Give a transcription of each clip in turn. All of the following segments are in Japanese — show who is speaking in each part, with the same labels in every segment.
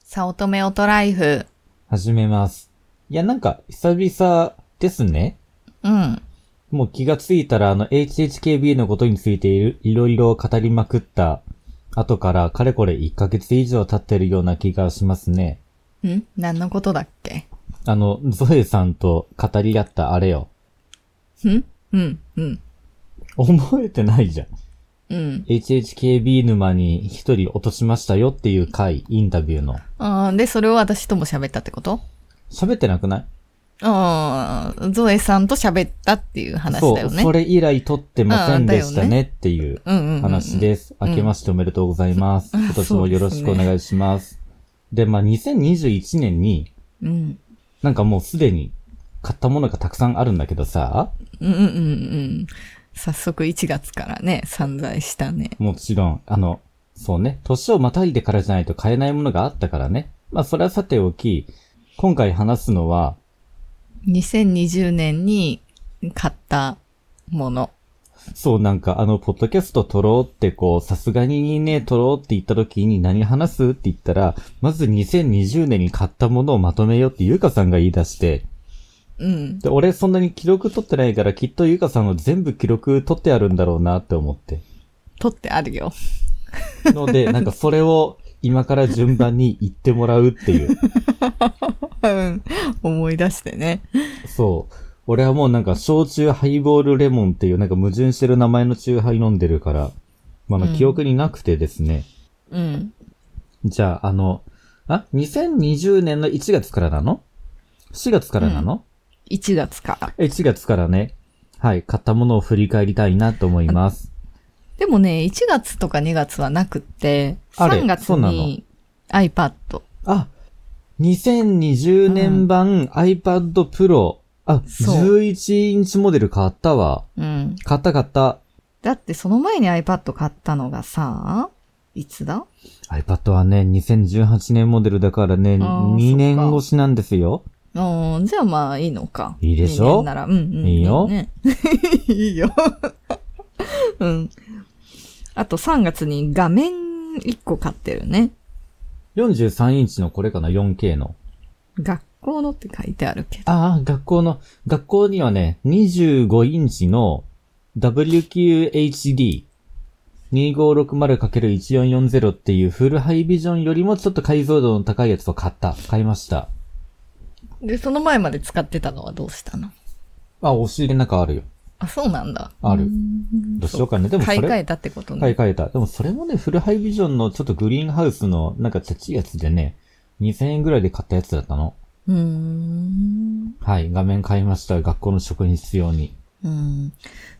Speaker 1: 早乙女オトライフ。
Speaker 2: 始めます。いや、なんか、久々ですね。
Speaker 1: うん。
Speaker 2: もう気がついたら、あの、HHKB のことについているいろいろ語りまくった後から、かれこれ1ヶ月以上経ってるような気がしますね。
Speaker 1: ん何のことだっけ
Speaker 2: あの、ゾエさんと語り合ったあれよ。
Speaker 1: んうん、うん、
Speaker 2: 覚えてないじゃん。
Speaker 1: うん。
Speaker 2: HHKB 沼に一人落としましたよっていう回、インタビューの。
Speaker 1: あーで、それを私とも喋ったってこと
Speaker 2: 喋ってなくない
Speaker 1: ああ、ゾエさんと喋ったっていう話だよ
Speaker 2: そう、
Speaker 1: ね。
Speaker 2: それ以来撮ってませんでしたねっていう
Speaker 1: うんうんうんうん
Speaker 2: 話です。
Speaker 1: ん
Speaker 2: 明けましておめでとうございます。今年もよろしくお願いします。でまあ2021年に、
Speaker 1: うん。
Speaker 2: なんかもうすでに買ったものがたくさんあるんだけどさ、
Speaker 1: うんうんうんうん。早速1月からね、散財したね。
Speaker 2: もちろん、あの、そうね、年をまたいでからじゃないと買えないものがあったからね。まあそれはさておき、今回話すのは、
Speaker 1: 2020年に買ったもの。
Speaker 2: そう、なんか、あの、ポッドキャスト撮ろうって、こう、さすがにね、撮ろうって言った時に何話すって言ったら、まず2020年に買ったものをまとめようってゆかさんが言い出して、
Speaker 1: うん。
Speaker 2: で、俺そんなに記録取ってないから、きっとゆかさんは全部記録取ってあるんだろうなって思って。
Speaker 1: 取ってあるよ。
Speaker 2: ので、なんかそれを今から順番に言ってもらうっていう。
Speaker 1: うん。思い出してね。
Speaker 2: そう。俺はもうなんか、焼酎ハイボールレモンっていうなんか矛盾してる名前の酎ハイ飲んでるから、まあ、あ
Speaker 1: う
Speaker 2: の
Speaker 1: ん
Speaker 2: 記憶になくてですね。
Speaker 1: うん。
Speaker 2: じゃあ、あの、あ ?2020 年の1月からなの ?4 月からなの、
Speaker 1: 1月から。
Speaker 2: え ?1 月からね。はい、買ったものを振り返りたいなと思います。
Speaker 1: でもね、1月とか2月はなくって、
Speaker 2: あれ
Speaker 1: 3月
Speaker 2: そうな
Speaker 1: に iPad。
Speaker 2: あ、2020年版 iPad Pro。あ、
Speaker 1: そう
Speaker 2: 11インチモデル買ったわ。
Speaker 1: うん。
Speaker 2: 買った買った。
Speaker 1: だってその前に iPad 買ったのがさ、いつだ
Speaker 2: iPad はね、2018年モデルだからね、
Speaker 1: あー
Speaker 2: 2年
Speaker 1: そっか
Speaker 2: 越しなんですよ。
Speaker 1: うん、じゃあまあいいのか。
Speaker 2: いいでし
Speaker 1: 人間
Speaker 2: ょ
Speaker 1: なら、うんうん、
Speaker 2: いいよ
Speaker 1: ね いいよ。うん。あと3月に画面1個買ってるね。
Speaker 2: 43インチのこれかな、4K の。
Speaker 1: 学校のって書いてあるけど。
Speaker 2: ああ、学校の、学校にはね、25インチの WQHD2560×1440 っていうフルハイビジョンよりもちょっと解像度の高いやつを買った。買いました。
Speaker 1: で、その前まで使ってたのはどうしたの
Speaker 2: あ、押し入れの中あるよ。
Speaker 1: あ、そうなんだ。
Speaker 2: あ
Speaker 1: う
Speaker 2: る
Speaker 1: ん
Speaker 2: どうしようかね。でもそ
Speaker 1: 買い
Speaker 2: れ、
Speaker 1: 替えたってことね。
Speaker 2: 買い替えた。でもそれもね、フルハイビジョンのちょっとグリーンハウスのなんかちっちゃいやつでね、2000円ぐらいで買ったやつだったの。
Speaker 1: うーん。
Speaker 2: はい、画面買いました。学校の職員必要に。
Speaker 1: うん。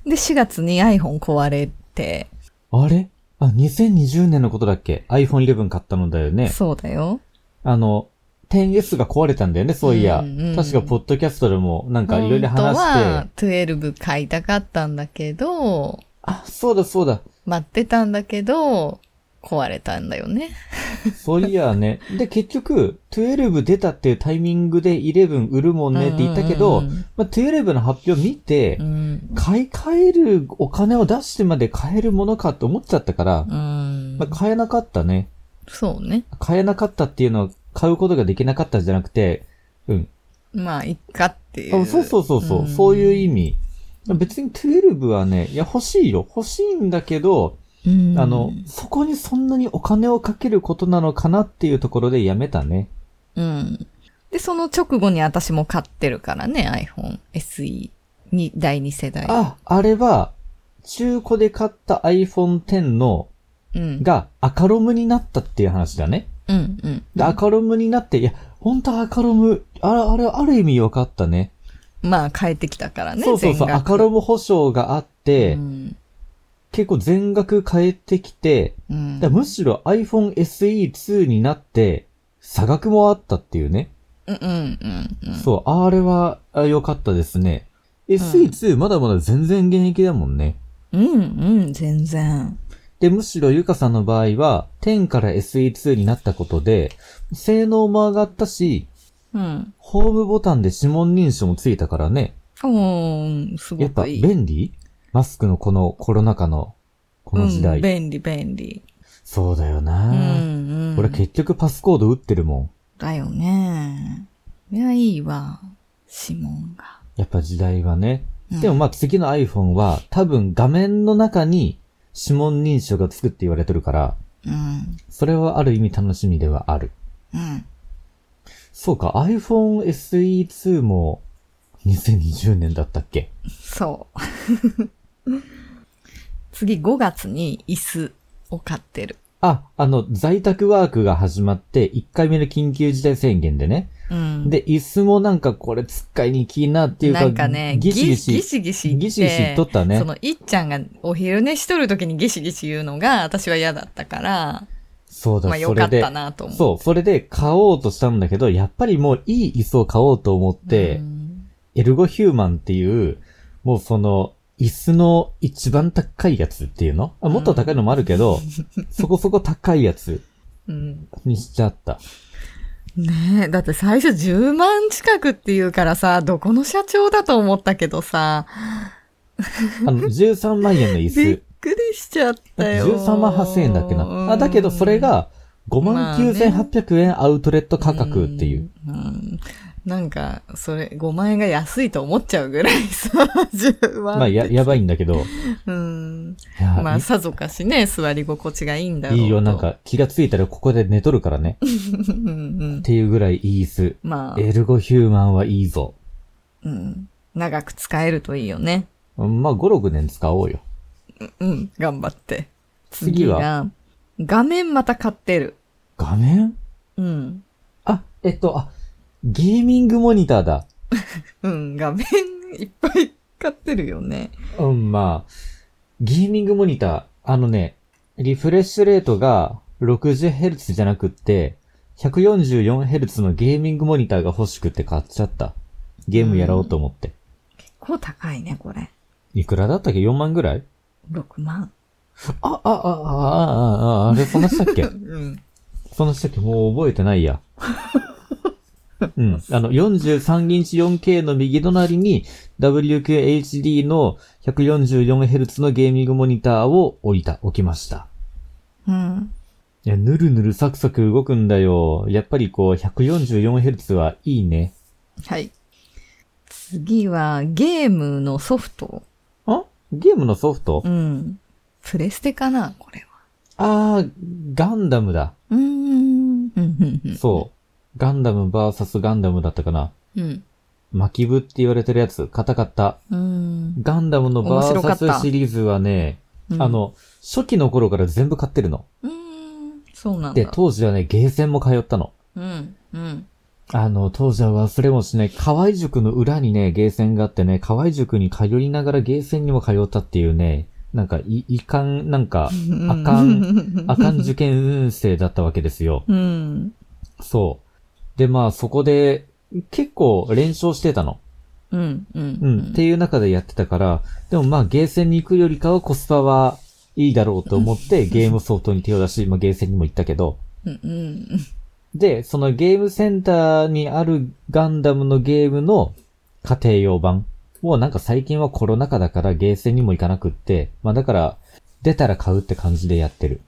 Speaker 1: で、4月に iPhone 壊れて、
Speaker 2: あれあ、2020年のことだっけ ?iPhone 11買ったのだよね。
Speaker 1: そうだよ。
Speaker 2: あの、10S が壊れたんだよね、そういや。
Speaker 1: うんうん
Speaker 2: 確か、ポッドキャストでも、なんか、いろいろ話して。
Speaker 1: して。12買いたかったんだけど、
Speaker 2: あ、そうだ、そうだ。
Speaker 1: 待ってたんだけど、壊れたんだよね。
Speaker 2: そういやね。で、結局、12出たっていうタイミングで11売るもんねって言ったけど、
Speaker 1: うん
Speaker 2: まあ、12の発表見て
Speaker 1: う、ん
Speaker 2: 買い替えるお金を出してまで買えるものかと思っちゃったから
Speaker 1: うん。、うん
Speaker 2: まあ、買えなかったね。
Speaker 1: そうね。
Speaker 2: 買えなかったっていうのは、買うことができなかったんじゃなくて、うん。
Speaker 1: まあ、いっかっていう。
Speaker 2: あそうそうそうそう、
Speaker 1: うん
Speaker 2: そういう意味。別に12はね、いや、欲しいよ。欲しいんだけど、
Speaker 1: うん
Speaker 2: あの、そこにそんなにお金をかけることなのかなっていうところでやめたね。
Speaker 1: うん。で、その直後に私も買ってるからね、iPhone SE。に、第2世代。
Speaker 2: あ、あれは、中古で買った iPhone X の、
Speaker 1: うん。
Speaker 2: が赤ロムになったっていう話だね。
Speaker 1: うん、うん。
Speaker 2: で、赤ロムになって、いや、本当は赤ロム、あれ、あれ、ある意味分かったね。
Speaker 1: まあ、変えてきたからね、
Speaker 2: そうそうそ
Speaker 1: 全
Speaker 2: う、
Speaker 1: 額
Speaker 2: 赤ロム保証があって、
Speaker 1: うん。
Speaker 2: 結構全額変えてきて、
Speaker 1: うん
Speaker 2: だからむしろ iPhone SE2 になって、差額もあったっていうね。
Speaker 1: うんうんうんうん。
Speaker 2: そう、あれはあ良かったですね。SE2 まだまだ全然現役だもんね。
Speaker 1: うんうん、全然。
Speaker 2: で、むしろゆかさんの場合は、10から SE2 になったことで、性能も上がったし、
Speaker 1: うん。
Speaker 2: ホームボタンで指紋認証もついたからね。
Speaker 1: うん、す
Speaker 2: や
Speaker 1: ご
Speaker 2: っぱ
Speaker 1: くいい。
Speaker 2: 便利マスクのこのコロナ禍のこの時
Speaker 1: う
Speaker 2: 代。
Speaker 1: ん、便利、便利。
Speaker 2: そうだ
Speaker 1: う
Speaker 2: よ
Speaker 1: んう
Speaker 2: な、
Speaker 1: ん。
Speaker 2: 俺結局パスコード打ってるもん。
Speaker 1: だよね。いや、いいわ。指紋が。
Speaker 2: やっぱ時代はね。
Speaker 1: うん
Speaker 2: でもまあ次の iPhone は多分画面の中に指紋認証がつくって言われてるから、
Speaker 1: うん。
Speaker 2: それはある意味楽しみではある。
Speaker 1: うん。
Speaker 2: そうか、iPhone SE2 も2020年だったっけ
Speaker 1: そう。 次5月に椅子を買ってる。
Speaker 2: あ、あの、在宅ワークが始まって1回目の緊急事態宣言でね。
Speaker 1: うん。
Speaker 2: で、椅子もなんかこれ使いにきいなっていうか、
Speaker 1: なんかね、
Speaker 2: ギシギシ、
Speaker 1: ギシギシ言って
Speaker 2: ギシギシ言っとったね
Speaker 1: その、いっちゃんがお昼寝しとる時にギシギシ言うのが、私は嫌だったから、
Speaker 2: そうだ、
Speaker 1: まあ
Speaker 2: そ
Speaker 1: よか
Speaker 2: れ
Speaker 1: っ
Speaker 2: で
Speaker 1: た、なと思
Speaker 2: そう、それで買おうとしたんだけど、やっぱりもういい椅子を買おうと思っ
Speaker 1: う。
Speaker 2: て、
Speaker 1: うん
Speaker 2: エルゴヒューマンっていう、もうその、椅子の一番高いやつっていうのあもっと高いのもあるけど、そこそこ高いやつ
Speaker 1: うん。
Speaker 2: にしちゃった。
Speaker 1: ねえ、だって最初10万近くって言うからさ、どこの社長だと思ったけどさ、
Speaker 2: あ の、13万円の
Speaker 1: び
Speaker 2: 椅
Speaker 1: っ
Speaker 2: 子。
Speaker 1: くりしちゃったよ。
Speaker 2: 13万8000円だっけな。あ、だけどそれが、59,800円アウトレット価格っていう。
Speaker 1: うん。うんなんか、それ、5万円が安いと思っちゃうぐらいさ、10万。
Speaker 2: まあ、や、やばいんだけど。
Speaker 1: うん。
Speaker 2: いや
Speaker 1: まあ、さぞかしね、座り心地がいいんだろう
Speaker 2: い
Speaker 1: と。
Speaker 2: いよ、なん。か気がついたらここで寝とるからね。っ
Speaker 1: うんうん。
Speaker 2: ていうぐらいいい椅子。
Speaker 1: まあ、
Speaker 2: エルゴヒューマンはいいぞ。
Speaker 1: うん。長く使えるといいよね。
Speaker 2: まあ、5、6年使おうよ。
Speaker 1: うん、頑張って。
Speaker 2: 次は
Speaker 1: が、画面また買ってる。
Speaker 2: 画面
Speaker 1: うん。
Speaker 2: あ、えっと、あ、ゲーミングモニターだ。
Speaker 1: うん、画面いっぱい買ってるよね。
Speaker 2: うん、まあ、ゲーミングモニター。あのね、リフレッシュレートが 60Hz じゃなくって、144Hz のゲーミングモニターが欲しくて買っちゃった。ゲームやろうと思って。
Speaker 1: こう高いね、これ。
Speaker 2: いくらだったっけ ?4 万ぐらい
Speaker 1: 6万。
Speaker 2: あ、あ、あ、あ、あ、あ、あれ、そんなしたっけ
Speaker 1: うん。
Speaker 2: その時もう覚えてないや。うん。あの、43インチ 4K の右隣に WQHD の 144Hz のゲーミングモニターを置いた、置きました。
Speaker 1: うん。
Speaker 2: いや、ぬるぬるサクサク動くんだよ。やっぱりこう、144Hz はいいね。
Speaker 1: はい。次は、ゲームのソフト。
Speaker 2: あゲームのソフト
Speaker 1: うん。プレステかな、これは。
Speaker 2: あー、ガンダムだ。
Speaker 1: うーん。うん。
Speaker 2: そう。ガンダム VS ガンダムだったかな。
Speaker 1: うん。
Speaker 2: 巻き部って言われてるやつ、硬かった。
Speaker 1: うん。
Speaker 2: ガンダムの
Speaker 1: 面白かった
Speaker 2: VS シリーズはね、
Speaker 1: うん
Speaker 2: あ、の、初期の頃から全部買ってるの。
Speaker 1: うーん。そうなんだ。
Speaker 2: で、当時はね、ゲーセンも通ったの。
Speaker 1: うん。うん。
Speaker 2: あの、当時は忘れもしない、河合塾の裏にね、ゲーセンがあってね、河合塾に通りながらゲーセンにも通ったっていうね、なんか、い、いかん、なんか、あかん、あかん受験生だったわけですよ。
Speaker 1: うん。
Speaker 2: そう。で、まあ、そこで、結構連勝してたの。
Speaker 1: うん。うん。
Speaker 2: うん、っていう中でやってたから、でもまあゲーセンに行くよりかはコスパはいいだろうと思ってゲームソフトに手を出し、まあゲーセンにも行ったけど、
Speaker 1: うん。うん。
Speaker 2: で、そのゲームセンターにあるガンダムのゲームの家庭用版をなんか最近はコロナ禍だからゲーセンにも行かなくって、まあだから出たら買うって感じでやってる。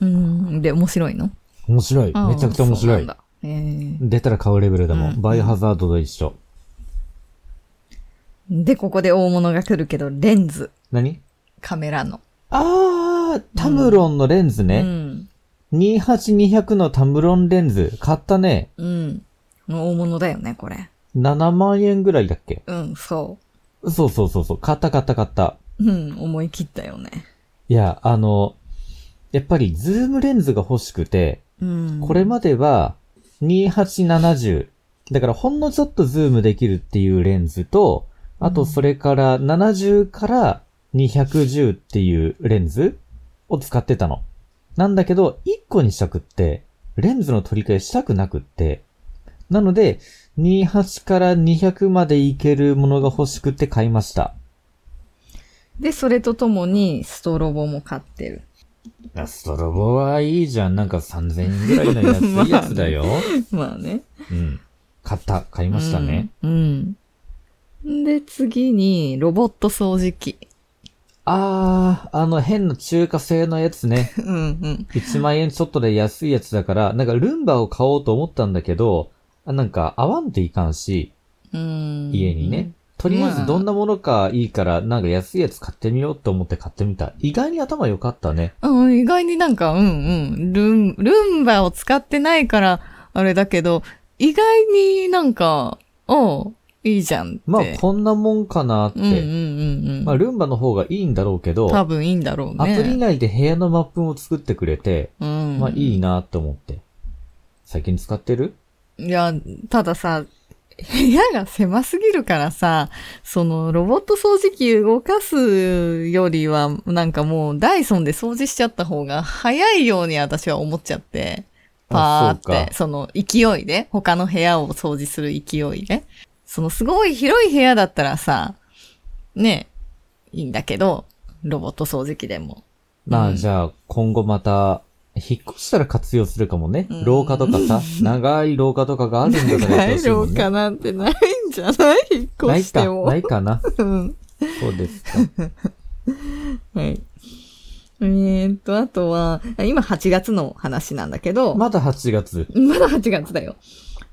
Speaker 1: うん。で、面白いの
Speaker 2: 面白い。めちゃくちゃ面白い。
Speaker 1: ええ。
Speaker 2: 出たら買うレベルだも
Speaker 1: う
Speaker 2: ん。
Speaker 1: ん
Speaker 2: バイオハザードと一緒。
Speaker 1: で、ここで大物が来るけど、レンズ。
Speaker 2: 何
Speaker 1: カメラの。
Speaker 2: あー、タムロンのレンズね。
Speaker 1: うん。
Speaker 2: 28200のタムロンレンズ買ったね。
Speaker 1: うん。大物だよね、これ。
Speaker 2: 7万円ぐらいだっけ
Speaker 1: うん、そ
Speaker 2: そうそうそうそう。買った買った買った。
Speaker 1: う。うん、思い切ったよね。
Speaker 2: いや、あの、やっぱりズームレンズが欲しくて、
Speaker 1: うん。
Speaker 2: これまでは2870。だからほんのちょっとズームできるっていうレンズと、あとそれから70から210っていうレンズを使ってたの。なんだけど、1個にしたくって、レンズの取り替えしたくなくって、なので、28から200までいけるものが欲しくて買いました。
Speaker 1: で、それとともに、ストロボも買ってる。
Speaker 2: ストロボはいいじゃん。なんか3000円ぐらいの安いやつだ よ。
Speaker 1: まあね。
Speaker 2: うん。買った。買いましたね。
Speaker 1: うん。うん。で、次に、ロボット掃除機。
Speaker 2: あー、あの変な中華製のや つね。
Speaker 1: うんうん。
Speaker 2: 1万円ちょっとで安いやつだから、なんかルンバを買おうと思ったんだけど、あなんか合わんといかんし、
Speaker 1: うん。
Speaker 2: 家にね。。とりあえずどんなものかいいから、なんか安いやつ買ってみようと思って買ってみた。意外に頭良かったね。
Speaker 1: うん、意外になんか、うんうん。ルン、ルンバを使ってないから、あれだけど、意外になんか、おう、いいじゃんって。
Speaker 2: まあこんなもんかなって。
Speaker 1: うんうんうんうん。
Speaker 2: まあルンバの方がいいんだろうけど、
Speaker 1: 多分いいんだろう
Speaker 2: ア
Speaker 1: ね。
Speaker 2: プリ内で部屋のマップを作ってくれて、
Speaker 1: うん。
Speaker 2: まあいいなと思って。最近使ってる
Speaker 1: いや、たださ、部屋が狭すぎるからさ、そのロボット掃除機動かすよりは、なんかもうダイソンで掃除しちゃった方が早いように私は思っちゃって、パー
Speaker 2: あ
Speaker 1: っ
Speaker 2: そう
Speaker 1: て、
Speaker 2: か
Speaker 1: その勢いで、他の部屋を掃除する勢いで。そのすごい広い部屋だったらさ、ね、いいんだけど、ロボット掃除機でも。
Speaker 2: ま
Speaker 1: う
Speaker 2: あ
Speaker 1: ん
Speaker 2: じゃあ今後また、引っ越したら活用するかもね。
Speaker 1: うん
Speaker 2: 廊下とか さ、長い廊下とかがあるんだからやってほしいも
Speaker 1: 廊
Speaker 2: んね。
Speaker 1: 下なんてないんじゃない引っ
Speaker 2: な
Speaker 1: 越
Speaker 2: い
Speaker 1: して
Speaker 2: か、
Speaker 1: も。
Speaker 2: ないかな。
Speaker 1: うん
Speaker 2: そう ですか。
Speaker 1: はい。えーっと、あとは、今8月の話なんだけど、ま
Speaker 2: まだ8月。
Speaker 1: だ8月だよ。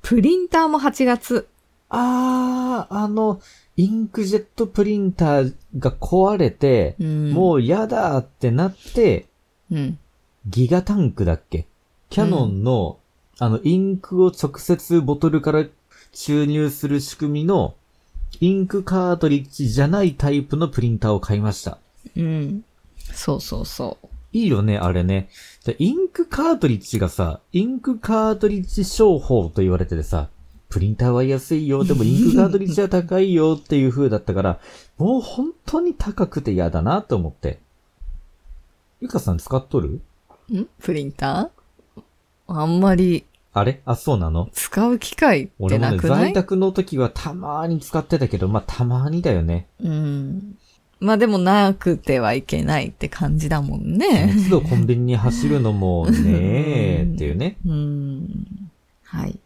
Speaker 1: プリンターも8月。
Speaker 2: あー、あの、インクジェットプリンターが壊れて、
Speaker 1: う
Speaker 2: もうやだってなって、
Speaker 1: ん、うん。
Speaker 2: ギガタンクだっけキャノンの、あの、インクを直接ボトルから注入する仕組みの、インクカートリッジじゃないタイプのプリンターを買いました。
Speaker 1: うん。そうそうそう。
Speaker 2: いいよね、あれね。でインクカートリッジがさ、インクカートリッジ商法と言われててさ、プリンターは安いよ、でもインクカートリッジは高いよっていう風だったから、 もう本当に高くて嫌だなと思って。ゆかさん使っとる
Speaker 1: んプリンターあんまり
Speaker 2: あれあ、そうなの
Speaker 1: 使う機会っ
Speaker 2: 俺
Speaker 1: て
Speaker 2: も
Speaker 1: な
Speaker 2: ね、
Speaker 1: くない、
Speaker 2: 在宅の時はたまーに使ってたけど、まあたまーにだよね。
Speaker 1: うん。まあでもなくてはいけないって感じだもんね。
Speaker 2: 一度コンビニに走るのも ねーっていうね。
Speaker 1: うん。はい。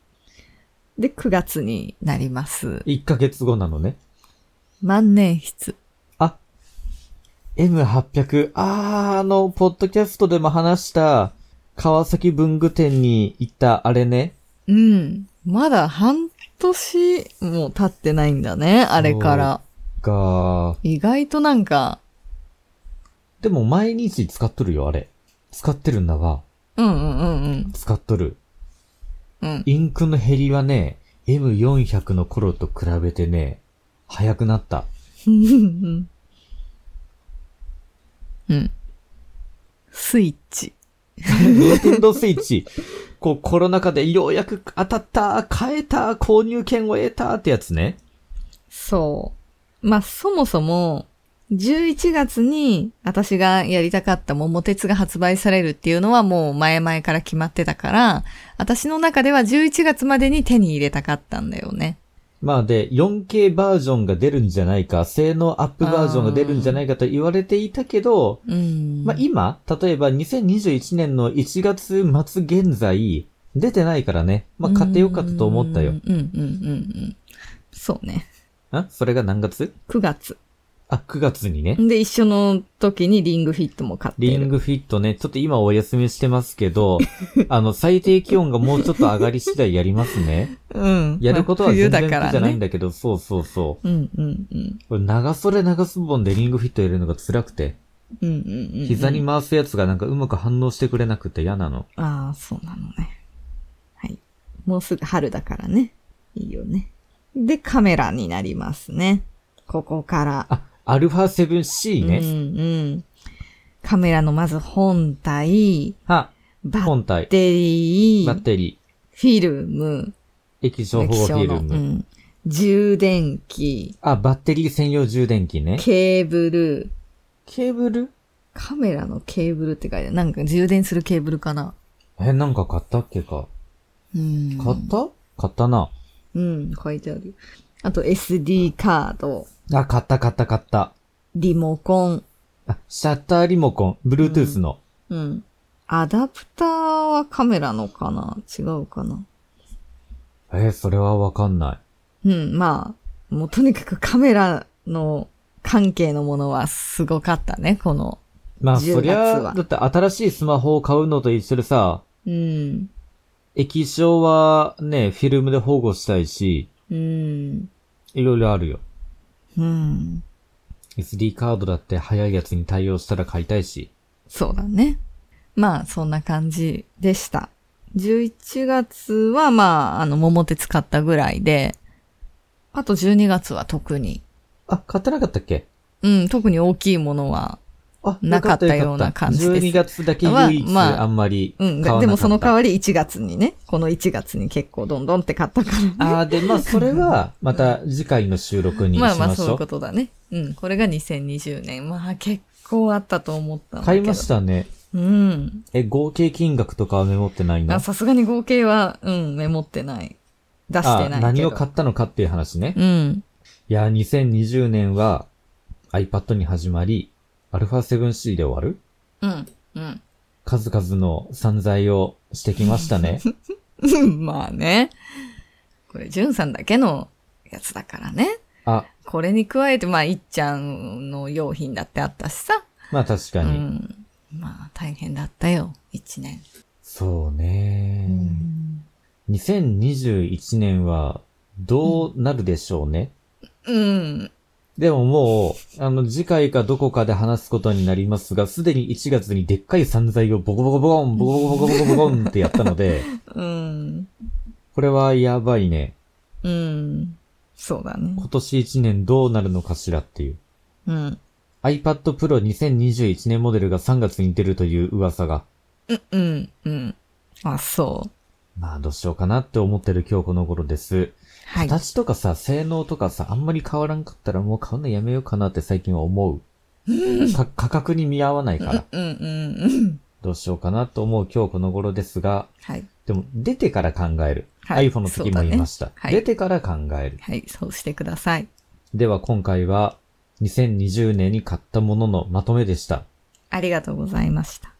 Speaker 1: で、9月になります。
Speaker 2: 1ヶ月後なのね。
Speaker 1: 万年筆。
Speaker 2: あ、M800。あー、あの、ポッドキャストでも話した、川崎文具店に行ったあれね。
Speaker 1: うん。まだ半年も経ってないんだね、あれから。
Speaker 2: が、
Speaker 1: 意外となんか、
Speaker 2: でも毎日使っとるよ、あれ。使ってるんだわ。
Speaker 1: うんうんうん
Speaker 2: 使っとる。
Speaker 1: うん。 うん。
Speaker 2: インクの減りはね、M400 の頃と比べてね、早くなった。
Speaker 1: うん。うん。スイッチ。
Speaker 2: ニンテンドースイッチ。こう、コロナ禍でようやく当たった、買えた、購入券を得たってやつね。
Speaker 1: そう。まあ、そもそも、11月に私がやりたかった桃鉄が発売されるっていうのはもう前々から決まってたから、私の中では11月までに手に入れたかったんだよね。
Speaker 2: まあで、4K バージョンが出るんじゃないか、性能アップバージョンが出るんじゃないかと言われていたけど、
Speaker 1: うん。
Speaker 2: まあ今、例えば2021年の1月末現在、出てないからね。まあ買ってよかったと思った
Speaker 1: うん
Speaker 2: よ。
Speaker 1: うんうんうんうん。そうね。
Speaker 2: んそれが何月
Speaker 1: 9月。
Speaker 2: あ、9月にね。
Speaker 1: で、一緒の時にリングフィットも買ってる。
Speaker 2: リングフィットね、ちょっと今お休みしてます けど、あの、最低気温がもうちょっと上がり次第やりますね。
Speaker 1: うん。
Speaker 2: やることは
Speaker 1: まあ
Speaker 2: 全
Speaker 1: 冬
Speaker 2: 然
Speaker 1: だ
Speaker 2: 苦じ
Speaker 1: から
Speaker 2: ゃないん
Speaker 1: ね。
Speaker 2: だけど、そうそうそう。
Speaker 1: うんうんうん。
Speaker 2: 俺長袖長ズボンでリングフィットやるのが辛くて。
Speaker 1: うんうんうんうん。
Speaker 2: 膝に回すやつがなんかうまく反応してくれなくて嫌なの。
Speaker 1: ああ、そうなのね。はい。もうすぐ春だからね。いいよね。で、カメラになりますね。ここから。
Speaker 2: あ、アルファ 7C
Speaker 1: うん
Speaker 2: ね。
Speaker 1: うん。カメラのまず本体、
Speaker 2: は、
Speaker 1: バッ
Speaker 2: 本体、
Speaker 1: テリ
Speaker 2: バ
Speaker 1: ー
Speaker 2: ッ、テリ
Speaker 1: フィルム、
Speaker 2: ー、液晶保護フィルム。
Speaker 1: うん、充電器、
Speaker 2: あ、バッテリー専用充電器ね。
Speaker 1: ケーブル、
Speaker 2: ケーブル
Speaker 1: カメラのケーブルって書いてある。なんか充電するケーブルかな。
Speaker 2: え、なんか買ったっけか。
Speaker 1: うん。
Speaker 2: 買った買ったな。
Speaker 1: うん、書いてある。あと SD カード、
Speaker 2: あ、買った買った買った。
Speaker 1: リモコン、
Speaker 2: あ、シャッターリモコン、Bluetooth の。
Speaker 1: うん。アダプターはカメラのかな違うかな
Speaker 2: えーそれはわかんない。
Speaker 1: うん、まあ、もうとにかくカメラの関係のものはすごかったね、この。
Speaker 2: まあ、
Speaker 1: 10
Speaker 2: そり
Speaker 1: 月
Speaker 2: ゃ
Speaker 1: は、
Speaker 2: だって新しいスマホを買うのと一緒でさ、
Speaker 1: うん。
Speaker 2: 液晶はね、フィルムで保護したいし、
Speaker 1: うん。
Speaker 2: いろいろあるよ。
Speaker 1: うん。
Speaker 2: SD カードだって早いやつに対応したら買いたいし。
Speaker 1: そうだね。まあ、そんな感じでした。11月は、まあ、あの、桃鉄買ったぐらいで、あと12月は特に、
Speaker 2: あ、買ってなかったっけ
Speaker 1: うん、特に大きいものは、
Speaker 2: あ、
Speaker 1: なかった
Speaker 2: よ
Speaker 1: ような感じです
Speaker 2: 12月だけ唯一、
Speaker 1: はまあ
Speaker 2: あんまり
Speaker 1: う
Speaker 2: 買わ
Speaker 1: ん、
Speaker 2: なかった。
Speaker 1: でもその代
Speaker 2: わ
Speaker 1: わり1月にね、この1月に結構どんどんって買ったからね、
Speaker 2: ああ、で、まあ、それは、また次回の収録にしま
Speaker 1: ま
Speaker 2: し
Speaker 1: あ
Speaker 2: ょう。
Speaker 1: まあそういうことだね。うん。これが2020年。まあ結構あったと思ったんだけど。
Speaker 2: 買いましたね。
Speaker 1: うん。
Speaker 2: え、合計金額とかはメモってないの
Speaker 1: あさすがに合計は、うん、メモってない。出してないけど。
Speaker 2: あ何を買
Speaker 1: っ
Speaker 2: ったのかっていう話ね。
Speaker 1: うん。
Speaker 2: いや、2020年は iPad に始まり、α7C で終わる
Speaker 1: うん。うん。
Speaker 2: 数々の散財をしてきまし たね。
Speaker 1: うんまあね。これ、じゅんさんだけのやつだからね。
Speaker 2: あ、
Speaker 1: これに加えて、まあ、いっちゃんの用品だってあったしさ。
Speaker 2: まあ確
Speaker 1: う
Speaker 2: かに。
Speaker 1: ん。まあ、大変だったよ。一年。
Speaker 2: そうね、2021年はどうなるでしょうね。
Speaker 1: うん。
Speaker 2: でももう、あの、次回かどこかで話すことになりますが、すでに1月にでっかい散財をボコボコボコン、ボコボコボコボコボコンってやったの で、
Speaker 1: うん。
Speaker 2: これはやばいね。
Speaker 1: うん。そうだね。
Speaker 2: 今年1年どうなるのかしらっていう。
Speaker 1: うん。
Speaker 2: iPad Pro 2021年モデルが3月に出るという噂が、
Speaker 1: うん。うん。あ、そう。
Speaker 2: まあどうしようかなって思ってる今日この頃です。
Speaker 1: はい。
Speaker 2: 形とかさ、性能とかさ、あんまり変わらんかったらもう買うのやめようかなって最近は思う。か価格に見合わないから、
Speaker 1: うんうんうん。
Speaker 2: どうしようかなと思う今日この頃ですが、
Speaker 1: はい。
Speaker 2: でも出てから考える。
Speaker 1: はい
Speaker 2: iPhone の時も言いました、
Speaker 1: そうだねはい
Speaker 2: 出てから考える。
Speaker 1: はい、そうしてください。
Speaker 2: では今回は2020年に買ったもののまとめでした。
Speaker 1: ありがとうございました。